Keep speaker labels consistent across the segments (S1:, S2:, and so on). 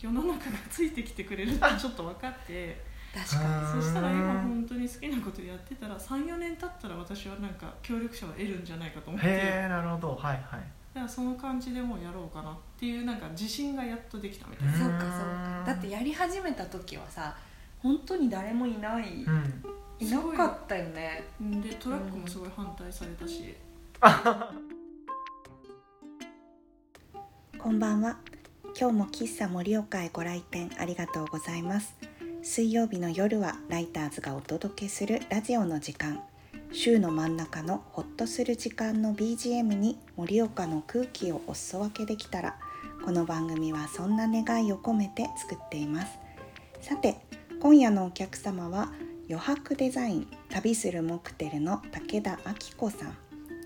S1: 世の中がついてきてくれるってちょっと分かって
S2: 確か
S1: そしたら今本当に好きなことやってたら34年経ったら私はなんか協力者を得るんじゃないかと思って
S2: へえなるほどはいはい
S1: だからその感じでもうやろうかなっていうなんか自信がやっとできたみたいな
S2: うん
S3: そうかそうかだってやり始めた時はさ本当に誰もいない、
S2: うん
S3: いなかったよね
S1: でトラックもすごい反対されたし
S4: こんばんは。今日も喫茶盛岡へご来店ありがとうございます。水曜日の夜はライターズがお届けするラジオの時間。週の真ん中のホッとする時間の BGM に盛岡の空気をお裾分けできたら、この番組はそんな願いを込めて作っています。さて、今夜のお客様は余白デザイン旅するモクテルの武田明子さん。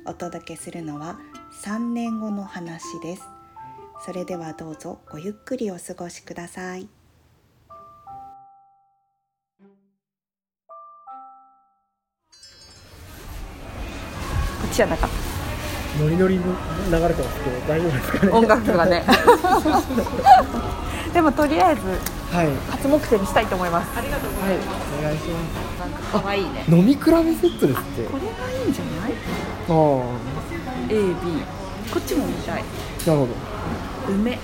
S4: お届けするのは3年後の話です。それではどうぞごゆっくりお過ごしください。
S3: こっちじゃなかっ
S5: ノリノリに流れてますけど大丈夫ですかね
S3: た音楽が ねでもとりあえず
S5: はいはい
S3: 初目標にしたいと思います
S5: お願いしま
S3: なんか可愛いね
S5: す飲み比べセッ
S3: こ
S5: トですって
S3: れがいいんじゃない
S5: ああ
S3: AB こっちも見たい
S5: なるほど
S3: 梅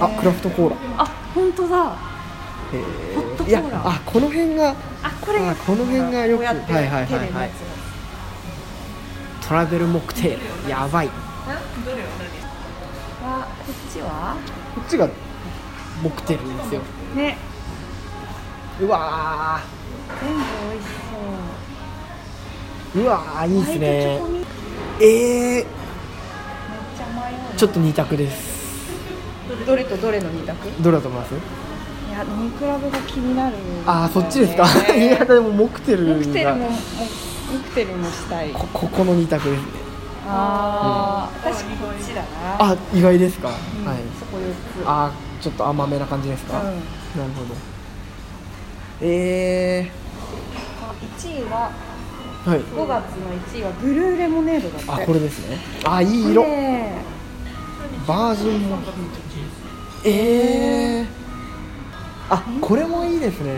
S5: あクラフトコーラ
S3: あ本当だ
S5: へ
S3: ホットコーラ
S5: えいやあこの辺が
S3: あこれ
S5: あこの辺がよ
S3: こ
S5: く
S3: う
S5: は
S3: やっ
S5: い
S3: て
S5: はいは
S3: 手
S5: い
S3: で
S5: は
S3: 持
S5: い
S3: つ
S5: トラベルモクテールやばいこ
S3: あこっちは
S5: っちがモクテールですよ
S3: ね
S5: うわ
S3: 全部美味し
S5: ーうわーいいで
S3: そう
S5: す
S3: ホワイトチョコミ
S5: ね
S3: ント
S5: え
S3: め
S5: え
S3: っちゃ迷う
S5: ー、ちょっと二択です
S3: どれとどれの二択い
S5: どれだと思います
S3: や飲み比べが気になる
S5: ああそっちですか、 いやでもモクテルが
S3: モクテルももモクテルもしたい
S5: こここの二択ですね
S3: ああ私こっちだな
S5: あ意外ですか、はい
S3: そこ四つ
S5: あーちょっと甘めな感じですか、
S3: うん
S5: なるほどえ
S3: あ一位は
S5: ー、はい
S3: 五月の一位はブルーレモネードだって
S5: あこれですねあいい色
S3: ね
S5: バージンもえー、あこれもいいですね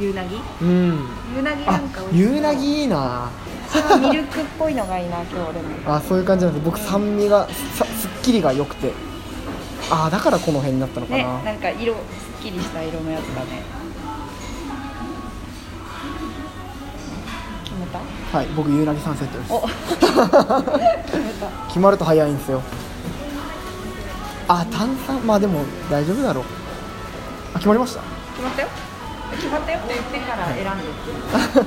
S3: えゆうなぎ
S5: うん
S3: ゆうなぎな
S5: あ
S3: んか美味しい
S5: ゆうなぎいいな
S3: それはミルクっぽいのがいいな今日でも
S5: あそういう感じなんです僕酸味がさすっきりが良くてあーだからこの辺になったのか
S3: ね
S5: な、
S3: なんか色すっきりした色のやつだね決めた
S5: はい僕ゆうなぎ3セットです
S3: お決めた
S5: 決まると早いんですよあ炭酸まあでも大丈夫だろうあ決まりました
S3: 決まったよ決まったよって言ってから選んで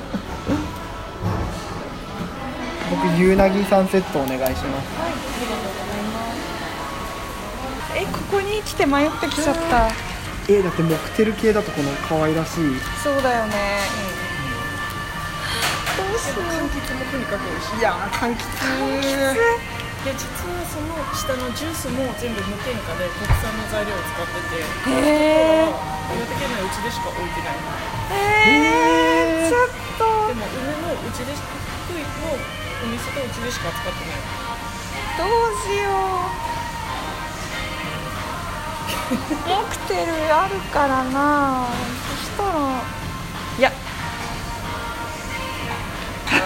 S5: 僕ゆうなぎ3セットお願いします
S3: えここに来て迷ってきちゃった
S5: えだってモクテル系だとこの可愛らしい
S3: そうだよねどうしよう
S5: いやー柑橘
S1: で実はその下のジュースも全部無添加で国産の材料を使ってて
S3: ええ
S1: 岩手県内うちでしか置いてない
S3: えー、ちょっ
S1: でも梅もうちでし福井もお店とうちでしか扱ってない
S3: とどうしよ うモクテルあるからなそしたらいや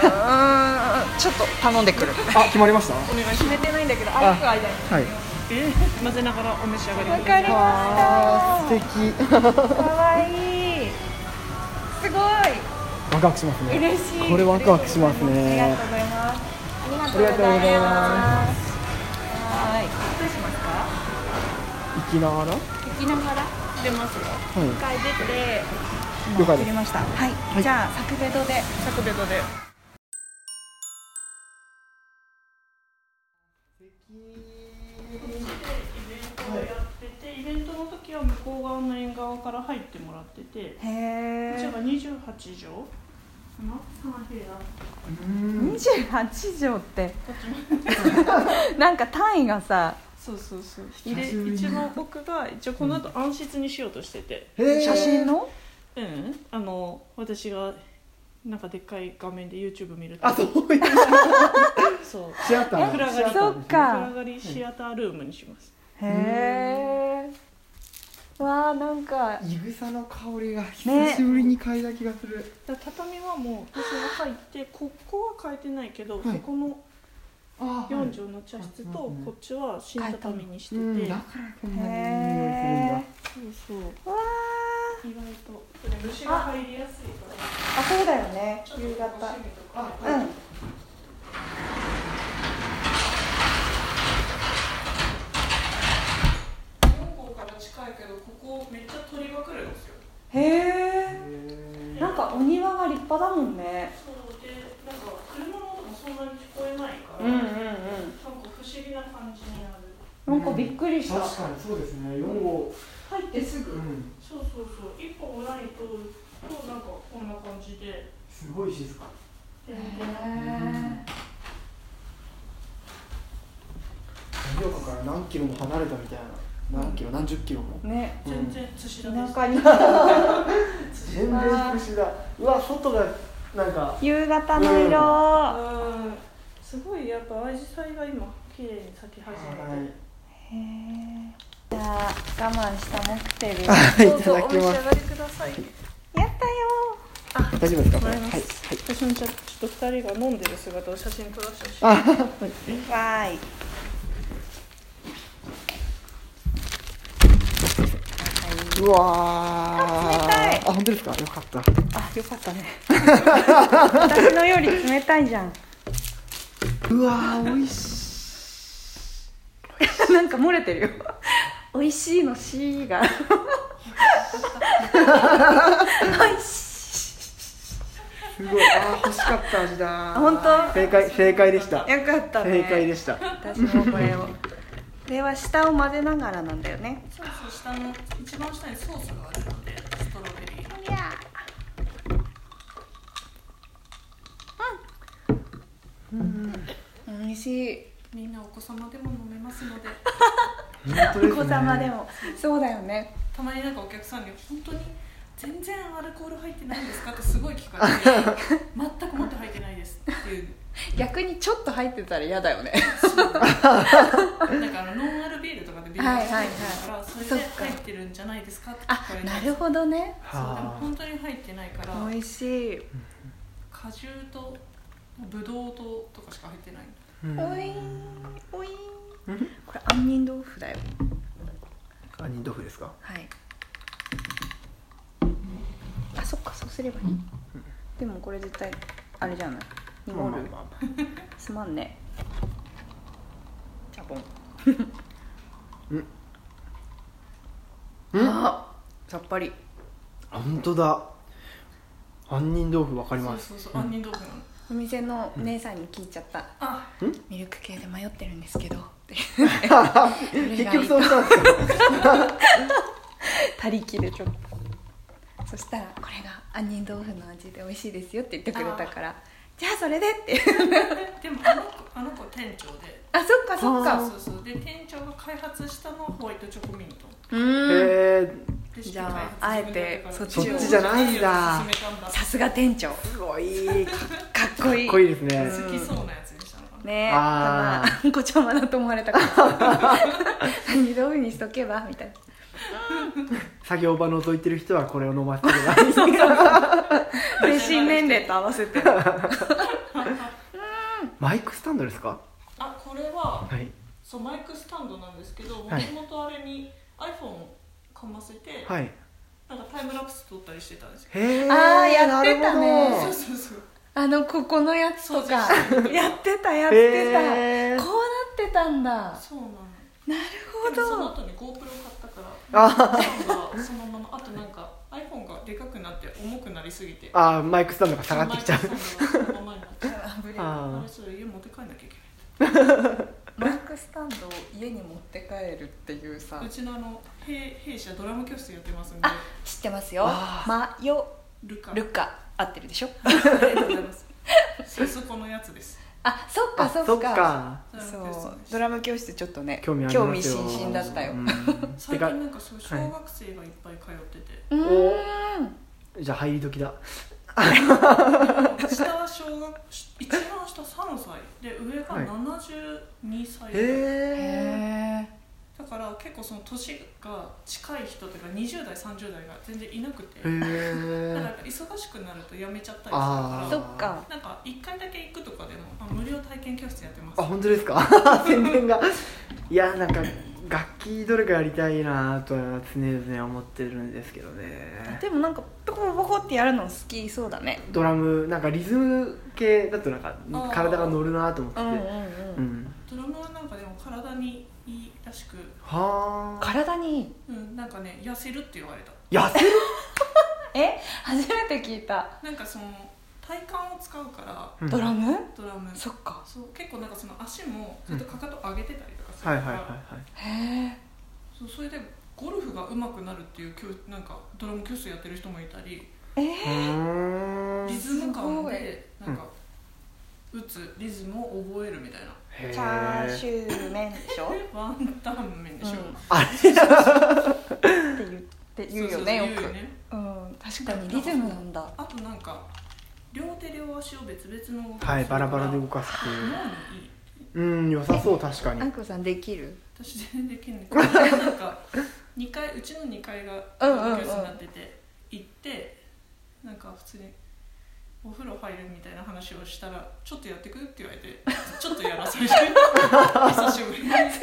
S3: うーんちょっと頼んでくる
S5: あ決まりました
S1: お願いし
S3: 決めてないんだけどある間に
S5: はい
S1: ます混ぜながらお召し上がりくだ
S3: わ
S1: さい
S3: かり
S5: あ
S3: まし
S5: ー素
S3: たかわいいすごい
S5: 敵ワクワクしますね
S3: 嬉しい
S5: これワクワクします
S3: あり
S5: ね
S3: がとうございますあり
S5: り
S3: が
S5: が
S3: とうご
S5: とうご
S3: ざ
S5: ざ
S3: い
S5: い
S3: ま
S5: ます
S3: はーいどうしますか
S5: 行きながらは
S3: 行きながら
S1: 出ますよ
S3: 一
S5: い
S3: 回出て
S5: 了
S3: 送
S5: 解で
S3: り
S5: す
S3: ましたはい、じゃあ作ベドで
S1: サクベドでやっててイベントの時は向こう側の縁側から入ってもらってて
S3: へ
S1: こちら
S3: え
S1: が28畳かな3部屋
S3: 28畳ってなんか単位がさ
S1: そうそうそう
S5: 久
S1: で
S5: しぶりに
S1: 一番奥が一応この後暗室にしようとしてて
S5: へー
S3: 写真の
S1: うんあの 私がなんかでっかい画面で YouTube 見ると
S5: あそういう
S1: そう
S5: シアター
S1: え
S5: シアター
S3: そっか
S1: 暗がりシアタールームにします
S3: へえわあなんか
S5: いぐさの香りが久しぶりに嗅いだ気がする、
S1: だから畳はもう私が入ってここは変えてないけど、
S5: はい
S1: そこの
S5: ああ、はい
S1: 4畳の茶室と、
S5: はいうんうん
S1: こっちは新畳にして
S5: う
S1: て、
S5: ん、だ
S1: そ
S5: か
S1: う
S5: らこんなにいい匂いするんだ
S3: へ
S1: そう
S3: わあ
S1: 意外とで虫が入りやすいから
S3: あそうだよね
S1: ちょっと
S3: 夕
S1: 楽
S3: 方
S1: しみとか
S3: うん
S1: 4号から近いけどここめっちゃ鳥が来るんですよ
S3: へえなんかお庭が立派だもんね
S1: そうでなんか車の音もそんなに聞こえないから、
S3: うんう
S1: なんか
S3: ん
S1: 不思議な感じになる
S3: うんなんかびっくりした
S5: 確かにそうですね4号
S3: 入ってす
S5: う
S3: ぐ
S5: ん
S1: そうそうそう一歩もないととなんかこんな感じです
S5: ごい静か
S1: 全
S3: へ
S1: 然
S3: え
S5: 盛岡から何キロも離れたみたいな何キロ何十キロも
S3: ね
S1: 全然寿司だね
S3: 田舎に
S5: 全然しだうわ外がなんか
S3: 夕方の色、
S1: うんすごいやっぱ愛知菜が今綺麗に咲き始めて
S3: へえじゃあ我慢したモクテルや
S5: はい
S1: ど
S5: いうた
S1: ぞ
S5: だ
S1: お
S5: き
S1: 召し
S5: ま
S1: 上がりください
S3: ったよ
S5: す大丈夫ですかこれ
S1: もら
S5: はい
S1: います
S5: はい
S1: 私もちょちょっと二人が飲んでる姿を写真撮らせてほしい
S5: あはい
S3: わーい
S5: うわ
S3: あ冷
S5: ー
S3: たい
S5: あ本当ですかよかった
S3: あよかったね私のより冷たいじ ゃん
S5: うわー美味しい
S3: なんか漏れてるよ美味しいの「し」が美味し
S5: すごいあー欲しかった味だ
S3: あ本当
S5: 正解正解でした
S3: いよかったね
S5: 正解でした
S3: 私もこ れをこれは下を混ぜながらなんだよね
S1: そうそう下の一番下にソースがあるのでストロベリー
S3: いやうん美味しい
S1: みんなお子様でも飲めますので
S5: 本当
S3: お
S5: ですね
S3: 子様でもそうだよね
S1: たまになんかお客さんに本当に全然アルコール入ってないんですかってすごい聞かれて全くもって入ってないですっていう
S3: 逆にちょっと入ってたら嫌だよね
S1: なんかあのノンアルビールとかでビールが入ってるから、
S3: はいはいはい
S1: それで
S3: そっか
S1: 入ってるんじゃないですかって
S3: あ
S1: 聞かれて
S3: なるほどね
S1: そうでも
S5: は
S1: 本当に入ってないから
S3: 美味しい
S1: 果汁とブドウ糖とかしか入ってない
S5: あうん
S3: おいーおいーこれ杏仁豆腐だよ
S5: 杏仁豆腐ですか
S3: はいあそっかそうすればいいでもこれ絶対あれじゃない
S5: まあ
S3: 濁
S5: まあ
S3: る
S5: まあ
S3: すまんねじゃぼん
S5: うん
S3: あさっぱり
S5: あ本当だ杏仁豆腐わかります
S1: そうそうそう杏仁豆腐なの、
S3: お店の姉さんに聞いちゃった
S1: あ
S3: ミルク系で迷ってるんです けどって
S5: 結局そうしたんですよ
S3: 他力でちょっとそしたらこれが杏仁豆腐の味で美味しいですよって言ってくれたからじゃあそれでって
S1: でもあの子あの子店長で
S3: あそっかそっ
S1: そう
S3: か
S1: そうそうで店長が開発したのはホワイトチョコミント
S3: うーん
S5: え
S1: レシピ
S3: じゃあ
S1: 開発自分でやったから
S3: あえてそっちを
S5: そっちじゃないんだ
S1: 勧めたんだ
S3: さすが店長か
S5: ーすごいか
S3: っこいい
S5: っこいいですね
S1: 好きそうなやつにしたのかな、
S3: ねえ
S5: あ
S3: た だごちゃまだと思われたから 杏仁豆腐にしとけばみ たいな
S5: 作業場覗いてる人はこれを飲ませてくださ い
S3: 精神年齢と合わせ て
S5: マイクスタンドですか
S1: あこれは
S5: はい
S1: そうマイクスタンドなんですけどもと
S5: はい
S1: もとあれに iPhone をかませて、
S5: はい
S1: なんかタイムラプス撮ったりしてたんですよ
S5: へえ
S3: あーやってたね
S1: そ
S5: な
S1: う
S5: る
S1: そうそう
S3: あのここのやつとかやってたやっ
S5: ほど
S3: てた、
S5: へ
S3: こうなっ
S5: ー
S3: てたんだ
S1: そうなの
S3: なる
S1: でもその
S3: ほ
S1: 後
S3: ど
S1: に GoPro 買ったから
S5: あ
S1: そのままあとなんか iPhone がでかくなって重くなりすぎて
S5: あーマイクスタンドが下がってきちゃう
S1: マイクスタンドがそのままになっちゃうあ
S5: あ
S1: れそれ家持って帰んなきゃいけ
S3: マイクスタンドを家に持って帰るっていうさ
S1: ないうちのあの弊弊社ドラム教室やってますんで
S3: あ知ってますよ
S5: あ
S3: マヨ
S1: ルカ
S3: ルカ合ってる でしょ
S1: ありがとうございますそそこのやつです
S3: あそっ
S5: ー
S3: かそっか
S1: ドラム
S3: そ
S1: 教室
S3: う
S1: です
S3: ドラム教室ちょっとね
S5: 興味あり
S3: 興
S5: ま
S3: 味
S5: すよ
S3: 津々だったよ
S5: うん
S1: 最
S5: て
S1: 近
S5: か
S1: なんかそう小学生がいっぱい通ってて、
S3: うーん
S5: じゃあ入り時だ
S1: 下は小学一番下3歳で上が
S5: はい
S1: 72歳ぐらい、
S5: へえ
S3: へ
S1: だから結構その年が近い人というか20代30代が全然いなくて、
S5: へ
S1: だから
S5: え
S1: 忙しくなると辞めちゃったりする
S5: あ
S1: か
S5: ー
S3: そ
S1: ら
S3: っか
S1: なんか1回だけ行くとかでもあ無料体験教室やってます
S5: あ本当で すか宣伝がいやなんか楽器どれかやりたいなとは常々思ってるんですけどね
S3: でもなんかポコポコってやるの好きそうだね
S5: ドラムなんかリズム系だとなんか
S1: ー
S5: 体が乗るなと思って
S3: うんうんう
S5: てうんん
S1: ドラムはなんかでも体にいいらしく、
S5: はあ
S3: 体にいい
S1: うん、なんかね痩せるって言われた
S5: 痩せる
S3: え初めて聞いた
S1: なんかその体幹を使うから
S5: うん
S3: ドラム
S1: ドラム
S3: そっか
S1: そう結構なんかその足もずっとかかと上げてたりとかする
S5: は
S1: から、
S5: いはいはいはい
S3: へえ
S1: そうそれでゴルフが上手くなるっていう教なんかドラム教室やってる人もいたり
S5: うーん
S1: リズム感です
S5: ごい
S1: なんか打つリズムを覚えるみたいな
S5: へー
S3: チャーシュー麺でしょっ
S1: でワンタン麺でしょ、
S3: うん
S5: あ
S3: て言って言うよねよ
S1: そうそうそう言う
S3: くうん確かにリズムなんだ
S1: あとなんか両手両足を別々の動きを
S5: は
S1: す
S5: い
S1: るか
S5: バ
S1: ら
S5: ラバラで動かすって
S1: 脳
S5: いう
S1: にいい
S5: うん良さそう確か
S3: あん
S5: に
S3: こさんでき る
S1: 私全然できんねんけどなんか二階うちの2階が
S3: うんうんうん
S1: 教室になってて行ってなんか普通にお風呂入るみたいな話をしたら「ちょっとやってく?」って言われてちょっとやらされて久しぶりに
S3: す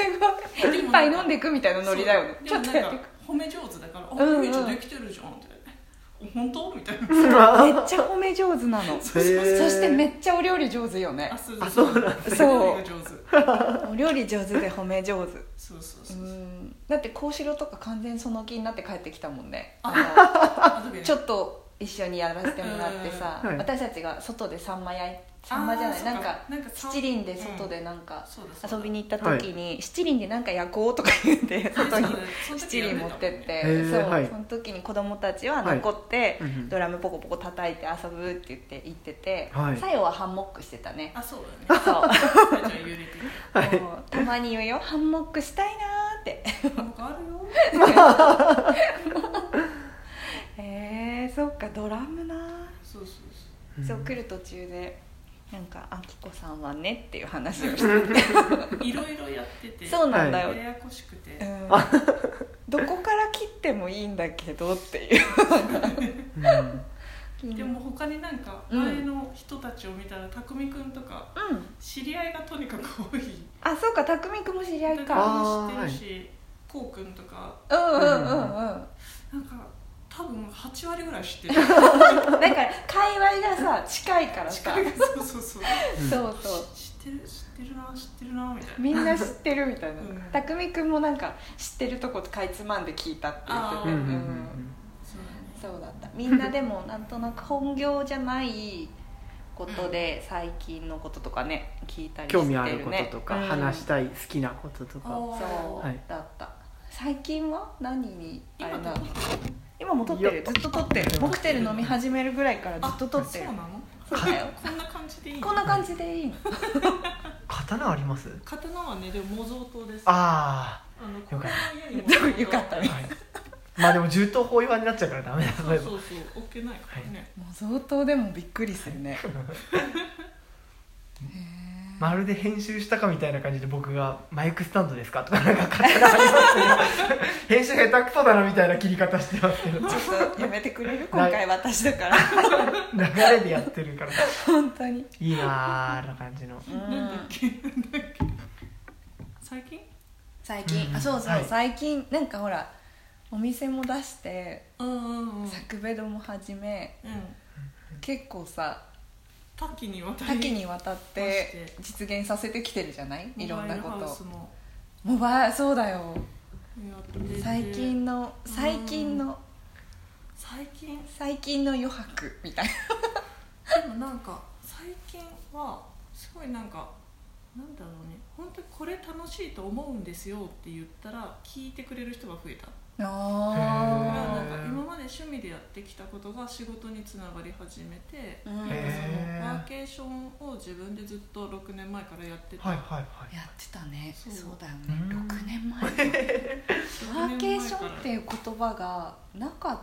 S3: ごいいっぱい飲んでいくみたいなノリだよねち
S1: そ
S3: ょ
S1: う
S3: っ
S1: でも
S3: と
S1: なん
S3: やってい
S1: か褒め上手だから「あ
S3: うんうん
S1: ゆみちゃんできてるじゃん」って「本当?」みたいな
S3: くめっちゃ褒め上手な のそ
S5: へー
S3: してめっちゃお料理上手よね
S1: あそうそうなん
S3: だ
S1: 上手
S3: お料理上手で褒め上手
S1: そうそう
S3: う
S1: そう、
S3: んだって幸四郎とか完全にその気になって帰ってきたもんねあ
S1: ああとで
S3: の
S1: ね
S3: ちょっと一緒にやらせてもらってさ、
S5: うんはい
S3: 私たちが外でサンマ焼いサンマじゃな
S1: あ
S3: い
S1: ー
S3: なん
S1: そっ
S3: か
S1: なんかさん
S3: 七輪で外でなんか
S1: そうだそうだ
S3: 遊びに行った時に、七輪でなんか焼こうとか言って
S1: そうだ
S3: 外に
S1: その時
S3: 七輪持ってって、
S5: へー
S3: そう、
S5: はい
S3: その時に子供たちは残って、
S5: はいうんうん
S3: ドラムポコポコ叩いて遊ぶって言って行ってて、
S5: はい
S3: 最後はハンモックしてた ね
S1: あそうだね
S3: そう
S1: じゃあ揺れてる
S5: はい
S3: もうたまに言うよハンモックしたいなーって
S1: なんかあるよ
S3: へえそっかドラムな
S1: そうそうそ
S3: そう来る途中でなんか「あきこさんはね」っていう話をし
S1: ういろいろやってて
S3: て そうなんだよ、
S1: ややこしくて、
S3: うん、どこから切ってもいいんだけどっていう
S5: うんうん
S1: でも他になんか
S3: うん
S1: 前の人たちを見たら匠くんとか
S3: うん
S1: 知り合いがとにかく多い
S3: あそうか匠くんも知り合いか
S1: 匠も知ってるしこうくんとか
S3: うんうんうんうん
S1: なんか多分8割ぐらい知ってる
S3: だから界隈がさ近いからさ
S1: そうそうそう
S3: そうそう
S1: 知ってる知ってるな知ってるなみたいな
S3: みんな知ってるみたいな
S1: うん
S3: 匠くんもなんか知ってるとこかいつまんで聞いたって言って
S1: あ
S3: て
S1: ー
S5: うんうんう
S3: うん
S5: ん
S1: そうだね
S3: そうだったみんなでもなんとなく本業じゃないことで最近のこととかね聞いたりして
S5: 興
S3: るね
S5: 味あることとか
S3: うん
S5: 話したい好きなことと
S1: あ
S5: か
S1: ー
S3: そう
S5: はい
S3: だった最近は何にあれ
S1: 今
S3: な
S1: ど
S3: の
S1: こ
S3: 今も撮ってるずっと撮ってるモクテル飲み始めるぐらいからずっと撮ってる
S1: あそうなの
S3: そうだよ
S1: こんな感じでいいの
S3: こんな感じでいい の
S5: 刀あります
S1: 刀はねでも模造刀です
S5: あ
S1: あの
S5: よかっ
S1: この家に
S3: よか った
S5: あ、はい、まあでも銃刀法違反になっちゃうからダメだそういえば
S1: そうそうそう置けないからね、
S3: もう相当でもびっくりするね
S5: まるで編集したかみたいな感じで僕が「マイクスタンドですか?」とかなんか刀ありますけど編集下手くそだなみたいな切り方してますけど
S3: ちょっとやめてくれる今回私だから
S5: 流れでやってるから
S3: 本当に
S5: いいなーあんな感じの
S3: うん
S1: なんだっけなんだっけ最近
S3: 最近、
S5: うん
S3: あそうそう、
S5: はい
S3: 最近なんかほらお店も出して
S1: うんうんうんうん
S3: 作ベドも始め結構さ
S1: 多岐にわた
S3: 多
S1: り
S3: 岐にわたっ
S1: 出
S3: て
S1: して
S3: 実現させてきてるじゃないいろんなこ
S1: モバイルハウス
S3: と
S1: も
S3: モバイルそうだよ
S1: やってて
S3: 最近の
S1: うん
S3: 最近の
S1: 最近
S3: 最近の余白みたい
S1: でもなんか最近はすごいなんかなんだろうね本当にこれ楽しいと思うんですよって言ったら聞いてくれる人が増えた
S3: な
S1: だから
S5: ー
S1: なんか今まで趣味でやってきたことが仕事につながり始めて
S3: うん
S1: なんかそ
S5: へー
S1: のワーケーションを自分でずっと6年前からやってて、
S5: はいはいはい
S3: やってたねそ
S1: そうう
S3: だよね
S5: う ん
S3: 6年前ワ
S1: 6
S3: ーケー
S1: 年前
S3: シ
S1: から
S3: ョンっていう言葉がなかっ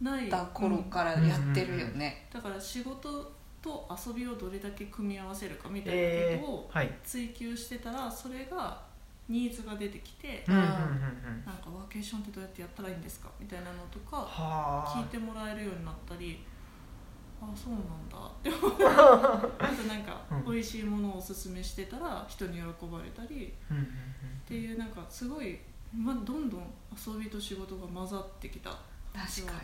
S1: ない
S3: た頃からやってるよね、
S1: だから仕事と遊びをどれだけ組み合わせるかみたいな
S5: え
S1: ことを
S5: ー、はい
S1: 追求してたらそれがニーズが出てきて、
S5: うんうんうんうん
S1: なんかワーケーションってどうやってやったらいいんですかみたいなのと
S5: は
S1: か聞い
S5: あ
S1: てもらえるようになったりあそうなんだって思 うあとなんか
S5: うん
S1: 美味しいものをおすすめしてたら人に喜ばれたり
S5: うんうん
S1: っていうなんかすごい、ま、どんどん遊びと仕事が混ざってきた
S3: 確かに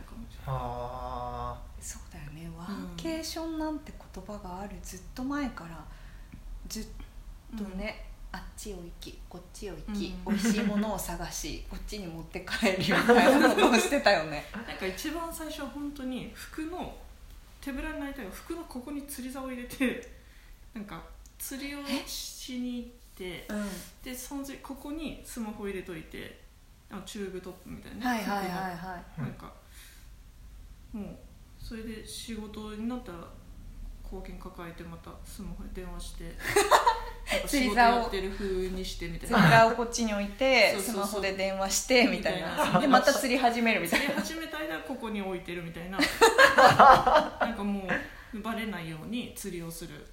S5: はあ
S3: そうだよねワーケーションなんて言葉があるずっと前からずっとね、あっちを行きこっちを行き、
S1: うん
S3: 美味しいものを探 しこっちに持って帰るみたいなことをしてたよね
S1: なんか一番最初は本当に服の手ぶらになりたいから服のここに釣り竿を入れて なんか釣りをしに行って
S3: うん
S1: でその時ここにスマホ入れといてあのチューブトップみたいな
S3: はいはいはい
S1: 服
S3: はい
S1: のなんかもうそれで仕事になったら貢献抱えてまたスマホに電話して なんか仕事やってる風にしてみたい
S3: ツイ
S1: な
S3: ッターをこっちに置いて
S1: そうそう
S3: ス
S1: そう
S3: マホで電話してみたい
S1: みたい
S3: な
S1: な
S3: でまた釣り始めるみたい
S1: 釣
S3: な
S1: り始めた間はここに置いてるみたいななんかもうバレないように釣りをする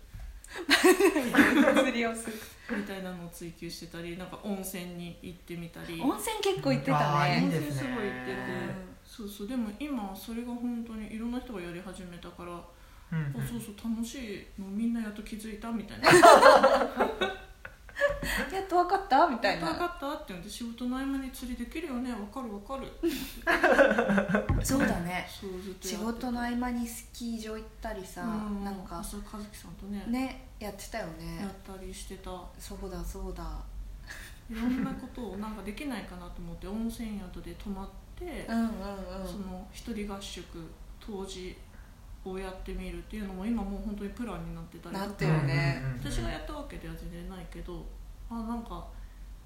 S3: 釣りをする
S1: みたいなのを追求してたりなんか温泉に行ってみたり
S3: 温泉結構行って
S5: わ
S3: た
S5: あいい
S3: ね
S5: です
S1: す
S5: ね
S1: ごい行ってて
S3: うん
S1: そうそうでも今はそれが本当にいろんな人がやり始めたから
S5: うんうん
S1: あそうそう楽しいのみんなやっと気づいたみたいな
S3: やっと分かったみた
S1: やっ
S3: い
S1: と分
S3: な
S1: かったって言うんで仕事の合間に釣りできるよねわかるわかる
S3: そうだね
S1: そうずっと
S3: 仕事の合
S1: 間
S3: 間にスキー場行ったりさなんか
S1: そう和樹さんとね
S3: ねやってたよ
S1: や
S3: ね
S1: ったりしてた
S3: そうだそうだ
S1: いろんなことをなんかできないかなと思って温泉宿で泊まって
S3: うんうんうん
S1: その一人合宿当時をやってみるっていうのも今もう本当にプランになってたりとか
S3: なってるね
S5: うんうんうんうん
S1: 私がやったわけでは全然ないけどあなんか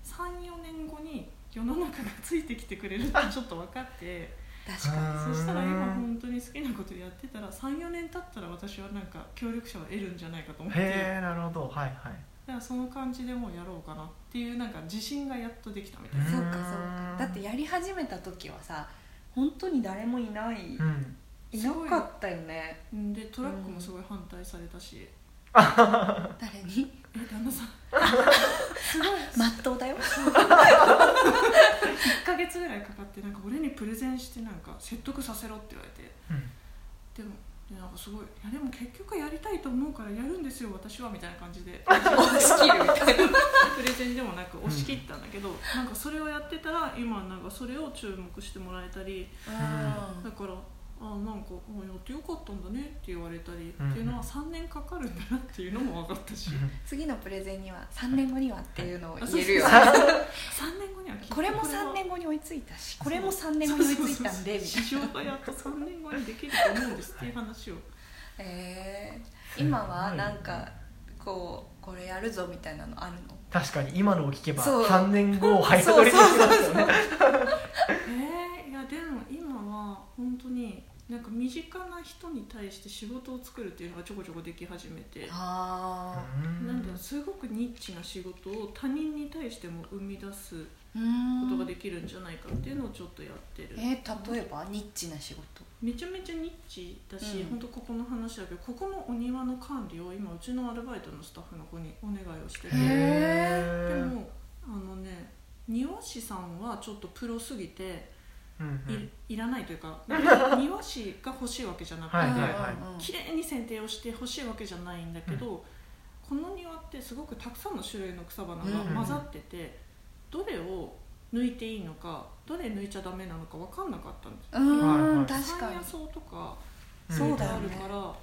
S1: 34年後に世の中がついてきてくれるってちょっと分かって
S3: 確か
S1: そ
S5: あ
S1: したら今本当に好きなことやってたら34年経ったら私はなんか協力者を得るんじゃないかと思って
S5: へえなるほどはいはい
S1: だからその感じでもうやろうかなっていうなんか自信がやっとできたみたい
S3: に
S1: な
S5: う。ん
S3: そうかそうかだってやり始めた時はさ本当に誰もいない
S5: うん
S3: いなかったよね
S1: でトラックもすごい反対されたし
S3: 誰に
S1: 「え旦那さん
S3: まっとうだ よ
S1: 1ヶ月ぐらいかかってなんか俺にプレゼンしてなんか説得させろ」って言われて
S5: うん
S1: でもでなんかすごい「いやでも結局はやりたいと思うからやるんですよ私は」みたいな感じ で
S3: 押し切るみたいな
S1: プレゼンでもなく押し切ったんだけど、なんかそれをやってたら今なんかそれを注目してもらえたり
S3: うん
S1: だから「あなんかあやってよかったんだね」って言われたり、
S5: うん
S1: っていうのは3年かかるんだなっていうのも分かったし
S3: 次のプレゼンには3年後にはっていうのを言えるよ
S1: あそうそうそう3年後にはきっと
S3: これも3年後に追いついたしこれも3年後に追いついたんでみた
S1: 市
S3: い
S1: 場
S3: な
S1: がやっと3年後にできると思うんですっていう話を
S3: えー今はなんかこうこれやるぞみたいなのあるの
S5: 確かに今のを聞けば
S3: そう
S5: 3年後早取りにしますよね
S1: えー、いやでも今は本当になんか身近な人に対して仕事を作るっていうのがちょこちょこでき始めて
S3: あ
S5: うん
S1: なんだろうすごくニッチな仕事を他人に対しても生み出すこ
S3: う
S1: と
S3: ん
S1: ができるんじゃないかっていうのをちょっとやってる、
S3: えー例えばニッチな仕事
S1: めちゃめちゃニッチだし、
S3: うん
S1: 本当ここの話だけどここのお庭の管理を今うちのアルバイトのスタッフの子にお願いをしてて
S3: へー
S1: で
S5: へー
S1: もあのね庭師さんはちょっとプロすぎて
S5: うんうん
S1: いいらないという か庭師が欲しいわけじゃなくて、
S5: はいはいはい
S3: うんうんうん
S1: 綺麗に剪定をして欲しいわけじゃないんだけど、この庭ってすごくたくさんの種類の草花が混ざってて、どれを抜いていいのかどれ抜いちゃダメなのか分かんなかったんです
S3: うん、
S5: はい
S3: 確か
S1: 山
S3: に
S1: 野草とか
S5: うん
S3: そうだよ
S1: があ
S3: ね
S1: るから、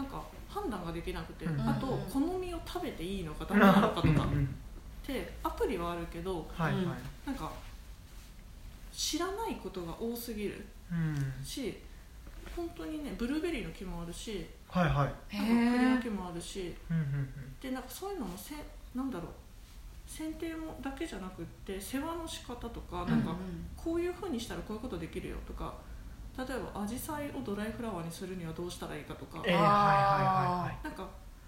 S1: なんか判断ができなくて、
S5: うん
S1: あと
S3: うんうん
S1: この実を食べていいのかダメなのかとか
S5: う
S1: っ
S5: んうん
S1: てアプリはあるけど
S5: はいはい
S1: なんか知らないことが多すぎる。
S5: うん
S1: し本当にねブルーベリーの木もあるし
S5: はいは
S1: な
S5: い
S1: んか栗の
S3: へ
S1: 木もあるし
S5: うんうんうん
S1: でなんかそういうのもせなんだろう剪定もだけじゃなくって世話の仕方とか
S3: え
S1: なんかこういうふうにしたらこういうことできるよとか例えばアジサイをドライフラワーにするにはどうしたらいいかとか
S5: えーはいはいはいはい
S1: なんか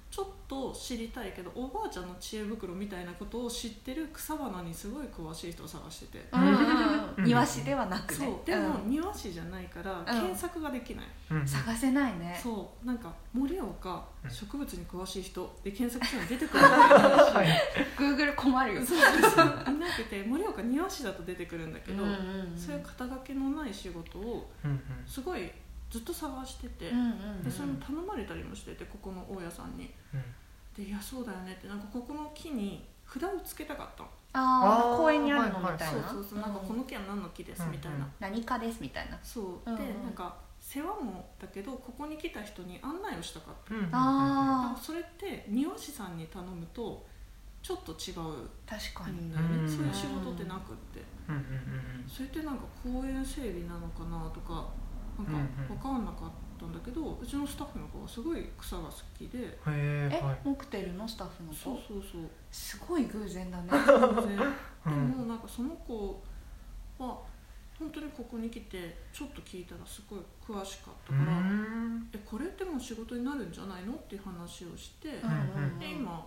S1: ちょっと知りたいけどおばあちゃんの知恵袋みたいなことを知ってる草花にすごい詳しい人を探してて、
S3: うんうんう
S5: うんん
S3: 庭師ではなく
S1: そ
S3: ね
S1: うでも
S3: うん
S1: 庭師じゃないから検索ができない、
S5: うん
S3: 探せないね
S1: そうなんか盛岡
S5: うん
S1: 植物に詳しい人で検索したら出てくるんだ
S5: はい
S3: Google 困る
S1: け
S3: よ
S1: どそうそうそういなくて盛岡庭師だと出てくるんだけど、
S3: うんうんうん
S1: そういう肩書きのない仕事を
S5: うんうん
S1: すごいずっと探してて、
S3: うんうんう
S1: でそれも
S3: ん
S1: 頼まれたりもしててここの大家さんに
S5: うん
S1: でいやそうだよねってなんかここの木に札をつけたかったの
S3: あ
S5: あ
S3: ー
S5: ー
S3: 公園にあるのみたい
S1: そう
S3: な
S1: そうそうなんかこ
S3: うん
S1: の木は何の木ですみたいな、
S5: うんうん
S3: 何かですみたいな
S1: そう
S3: うん
S1: で
S3: うん
S1: なんか世話もだけどここに来た人に案内をしたかっ
S5: うんうん
S1: ただか
S3: あ
S1: らそれって庭師さんに頼むとちょっと違う
S3: ー確かに
S1: んだよね、
S5: うん
S1: そういう仕事ってなくって
S5: うんうんうん
S1: それってなんか公園整備なのかなとかなんか
S5: うんうん
S1: 分かんなかったんだけど、うちのスタッフの子がすごい草が好きで
S5: うんへ
S3: え
S5: えはい
S3: モクテルのスタッフの
S1: そう
S3: 子
S1: そうそう
S3: すごい偶然 だね
S1: 全然。
S5: う
S1: で
S5: ん
S1: もなんかその子は本当にここに来てちょっと聞いたらすごい詳しかったから、
S5: うん
S1: えこれってもう仕事になるんじゃないのっていう話をして、
S3: うんうん
S1: で今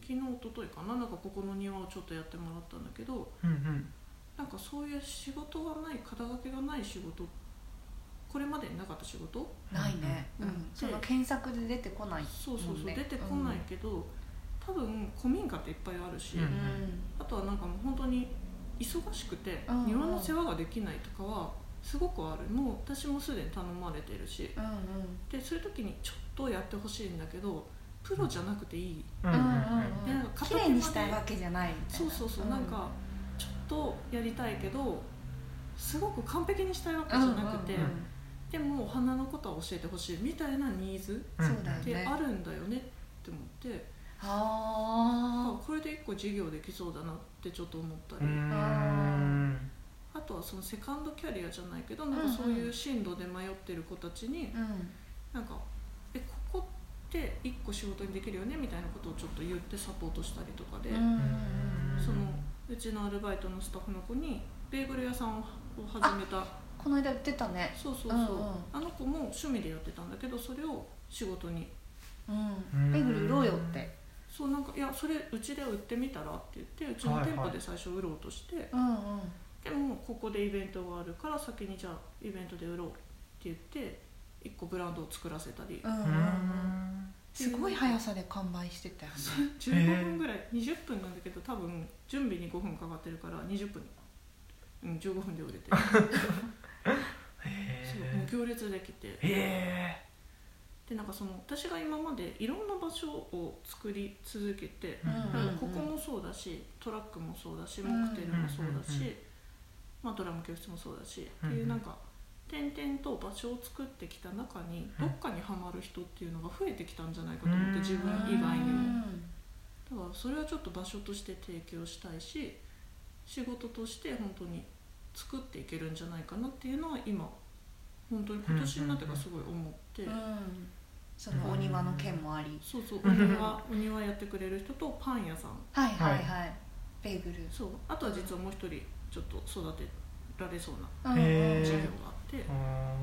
S1: 昨日一昨日かななんかここの庭をちょっとやってもらったんだけど
S5: うんうん
S1: なんかそういう仕事がない肩書きがない仕事これまでになかった仕事
S3: ないねう
S1: うん
S3: んその
S1: で
S3: 検索で出てこない
S1: そうそうそう、
S3: ね
S1: 出てこないけど、多分古民家っていっぱいあるし、
S5: うん
S3: うん
S1: あとはなんかもう本当に忙しくて
S3: うん
S1: 庭の世話ができないとかはすごくあるもう私もすでに頼まれてるし
S3: うん
S1: でそういう時にちょっとやってほしいんだけどプロじゃなくていい
S5: うんう
S3: うんうん
S5: ん
S3: うん
S1: でなんか
S3: 綺麗にしたいわけじゃないみたいな
S1: そうそうそうなんかちょっとやりたいけどすごく完璧にしたいわけじゃなくて
S3: うんうんうん
S1: でもお花のことは教えてほしいみたいなニーズ
S5: うん
S3: そうだよ
S1: ってあるんだよねって思ってあ
S3: あ
S1: これで一個授業できそうだなってちょっと思った
S5: う
S1: り。
S5: ん
S1: あとはそのセカンドキャリアじゃないけどなんかそういう進路で迷ってる子たちに
S3: あうん
S1: なんか「えここって一個仕事にできるよね」みたいなことをちょっと言ってサポートしたりとかで、
S3: うん
S1: そのうちのアルバイトのスタッフの子にベーグル屋さんを始めた
S3: この間売ってたね
S1: そうそうそう、
S3: うんうん
S1: あの子も趣味でやってたんだけどそれを仕事に
S3: うんベーグル売ろうよって
S1: そうなんか「いやそれうちで売ってみたら?」って言ってうちの店舗で最初売ろうとして、
S3: うんうん
S1: でもここでイベントがあるから先にじゃあイベントで売ろうって言って一個ブランドを作らせたり、
S3: うんうんう
S5: うんん
S3: すごい速さで完売してたよね
S1: 15分ぐらい20分なんだけど多分準備に5分かかってるから20分、うん、15分で売れてそ
S5: へ
S1: うもう行列できて
S5: えへえ
S1: でなんかその私が今までいろんな場所を作り続けて、
S5: うん
S1: なんかここもそうだしトラックもそうだし
S3: う
S1: モ
S3: ん
S1: クテルもそうだし、
S5: うんうんうん
S1: まあ、ドラム教室もそうだし、
S5: うん
S1: っていうなんか点々と場所を作ってきた中に
S5: う
S1: ど
S5: ん
S1: っかにはまる人っていうのが増えてきたんじゃないかと思って自分以外にも。だからそれはちょっと場所として提供したいし仕事として本当に作っていけるんじゃないかなっていうのは今本当に今年になってからすごい思って、
S3: うんうんそのお庭の件もあり
S1: そうそうお庭お庭やってくれる人とパン屋さん
S3: はいはいはいベーグル
S1: そうあとは実はもう一人ちょっと育てられそうな
S3: うんうんうん
S5: へ
S1: 事業
S5: ー
S1: があって、っ
S5: あ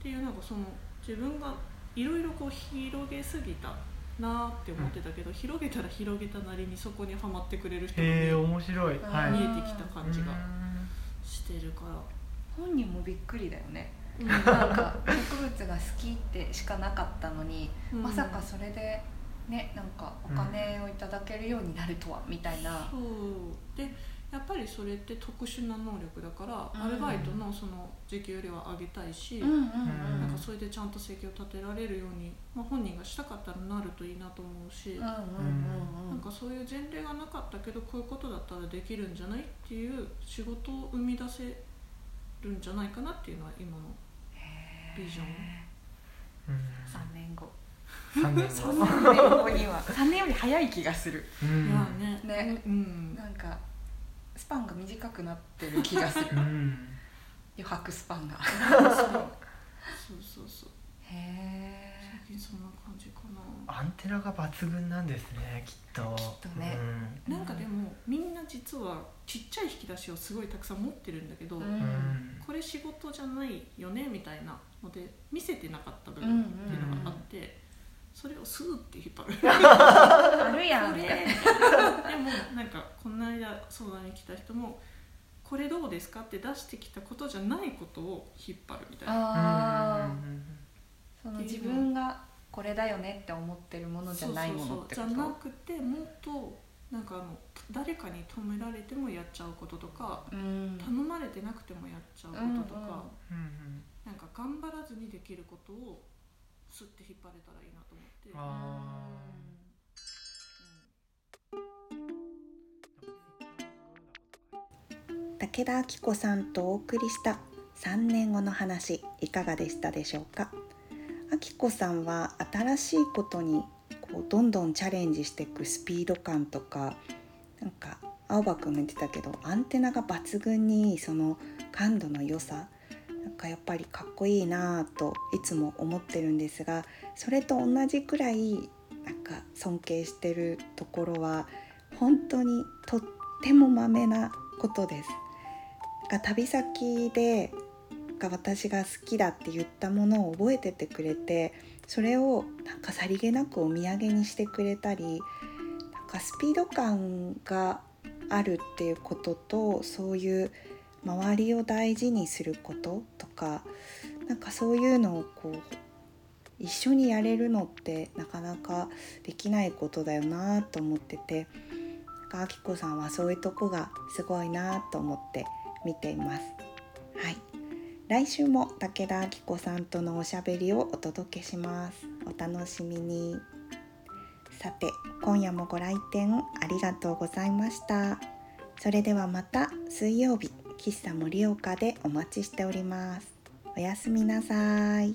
S1: ていうなんかその自分がいろいろこう広げすぎたなーって思ってたけど、広げたら広げたなりにそこにはまってくれる人
S5: ー
S1: が見
S5: へ
S1: え
S5: え面白いはい
S1: 見えてきた感じが
S5: うん
S1: してるから。
S3: 本人もびっくりだよ ね
S1: うん
S3: なんか植物が好きってしかなかったのに
S1: うん
S3: まさかそれでねなんかお金をいただけるようになるとはみたいな
S1: そうでやっぱりそれって特殊な能力だから、
S3: うん
S1: アルバイトのその時給よりは上げたいし、
S3: うんうんうん
S1: なんかそれでちゃんと生計を立てられるように、まあ、本人がしたかったらなるといいなと思うし、
S3: うん
S1: な
S3: うんうん
S1: んかそういう前例がなかったけどこういうことだったらできるんじゃないっていう仕事を生み出せるんじゃないかなっていうのは今のビジョン。
S3: 3年後
S5: 三年
S3: 3
S5: 後
S3: 年後 には3年より早い気がする
S5: うん
S1: いやね
S3: ね
S1: うん、
S3: なんかスパンが短くなってる気がする
S5: うん
S3: 余白スパンが
S1: そうそうそう
S3: へえ
S1: 最近そんな感じかな。
S5: アンテナが抜群なんですねきっと
S3: きっとね
S1: なんかでもみんな実はちっちゃい引き出しをすごいたくさん持ってるんだけど、
S5: うんうん
S1: これ仕事じゃないよねみたいなので見せてなかった部
S3: うんう
S1: 分っ
S3: ん
S1: ていうのがあって、それをスーって引っ張る
S6: あるやん
S1: これ
S6: みたいな
S1: でもなんかこの間相談に来た人も「これどうですか?」って出してきたことじゃないことを引っ張るみたいな
S6: あ
S5: うん
S6: ーその自分がこれだよねって思ってるものじゃないものってこと
S1: そうそうそうじゃなくてもっとなんかあの誰かに止められてもやっちゃうこととか
S6: うん
S1: 頼まれてなくてもやっちゃうこととか、
S6: うんうん
S5: うんうん
S1: なんか頑張らずにできることをスッて引っ張れたらいいなと思って、うん
S5: あ
S3: 武田明子さんとお送りした3年後の話いかがでしたでしょうか明子さんは新しいことにこうどんどんチャレンジしていくスピード感とかなんか青葉くんも言ってたけどアンテナが抜群にいいその感度の良さなんかやっぱりかっこいいなぁといつも思ってるんですがそれと同じくらいなんか尊敬してるところは本当にとってもまめなことです。が旅先でが私が好きだって言ったものを覚えててくれてそれをなんかさりげなくお土産にしてくれたりなんかスピード感があるっていうこととそういう周りを大事にすることとかなんかそういうのをこう一緒にやれるのってなかなかできないことだよなと思っててなんかあきこさんはそういうとこがすごいなと思って見ていますはい来週も武田明子さんとのおしゃべりをお届けしますお楽しみにさて今夜もご来店ありがとうございましたそれではまた水曜日喫茶盛岡でお待ちしておりますおやすみなさい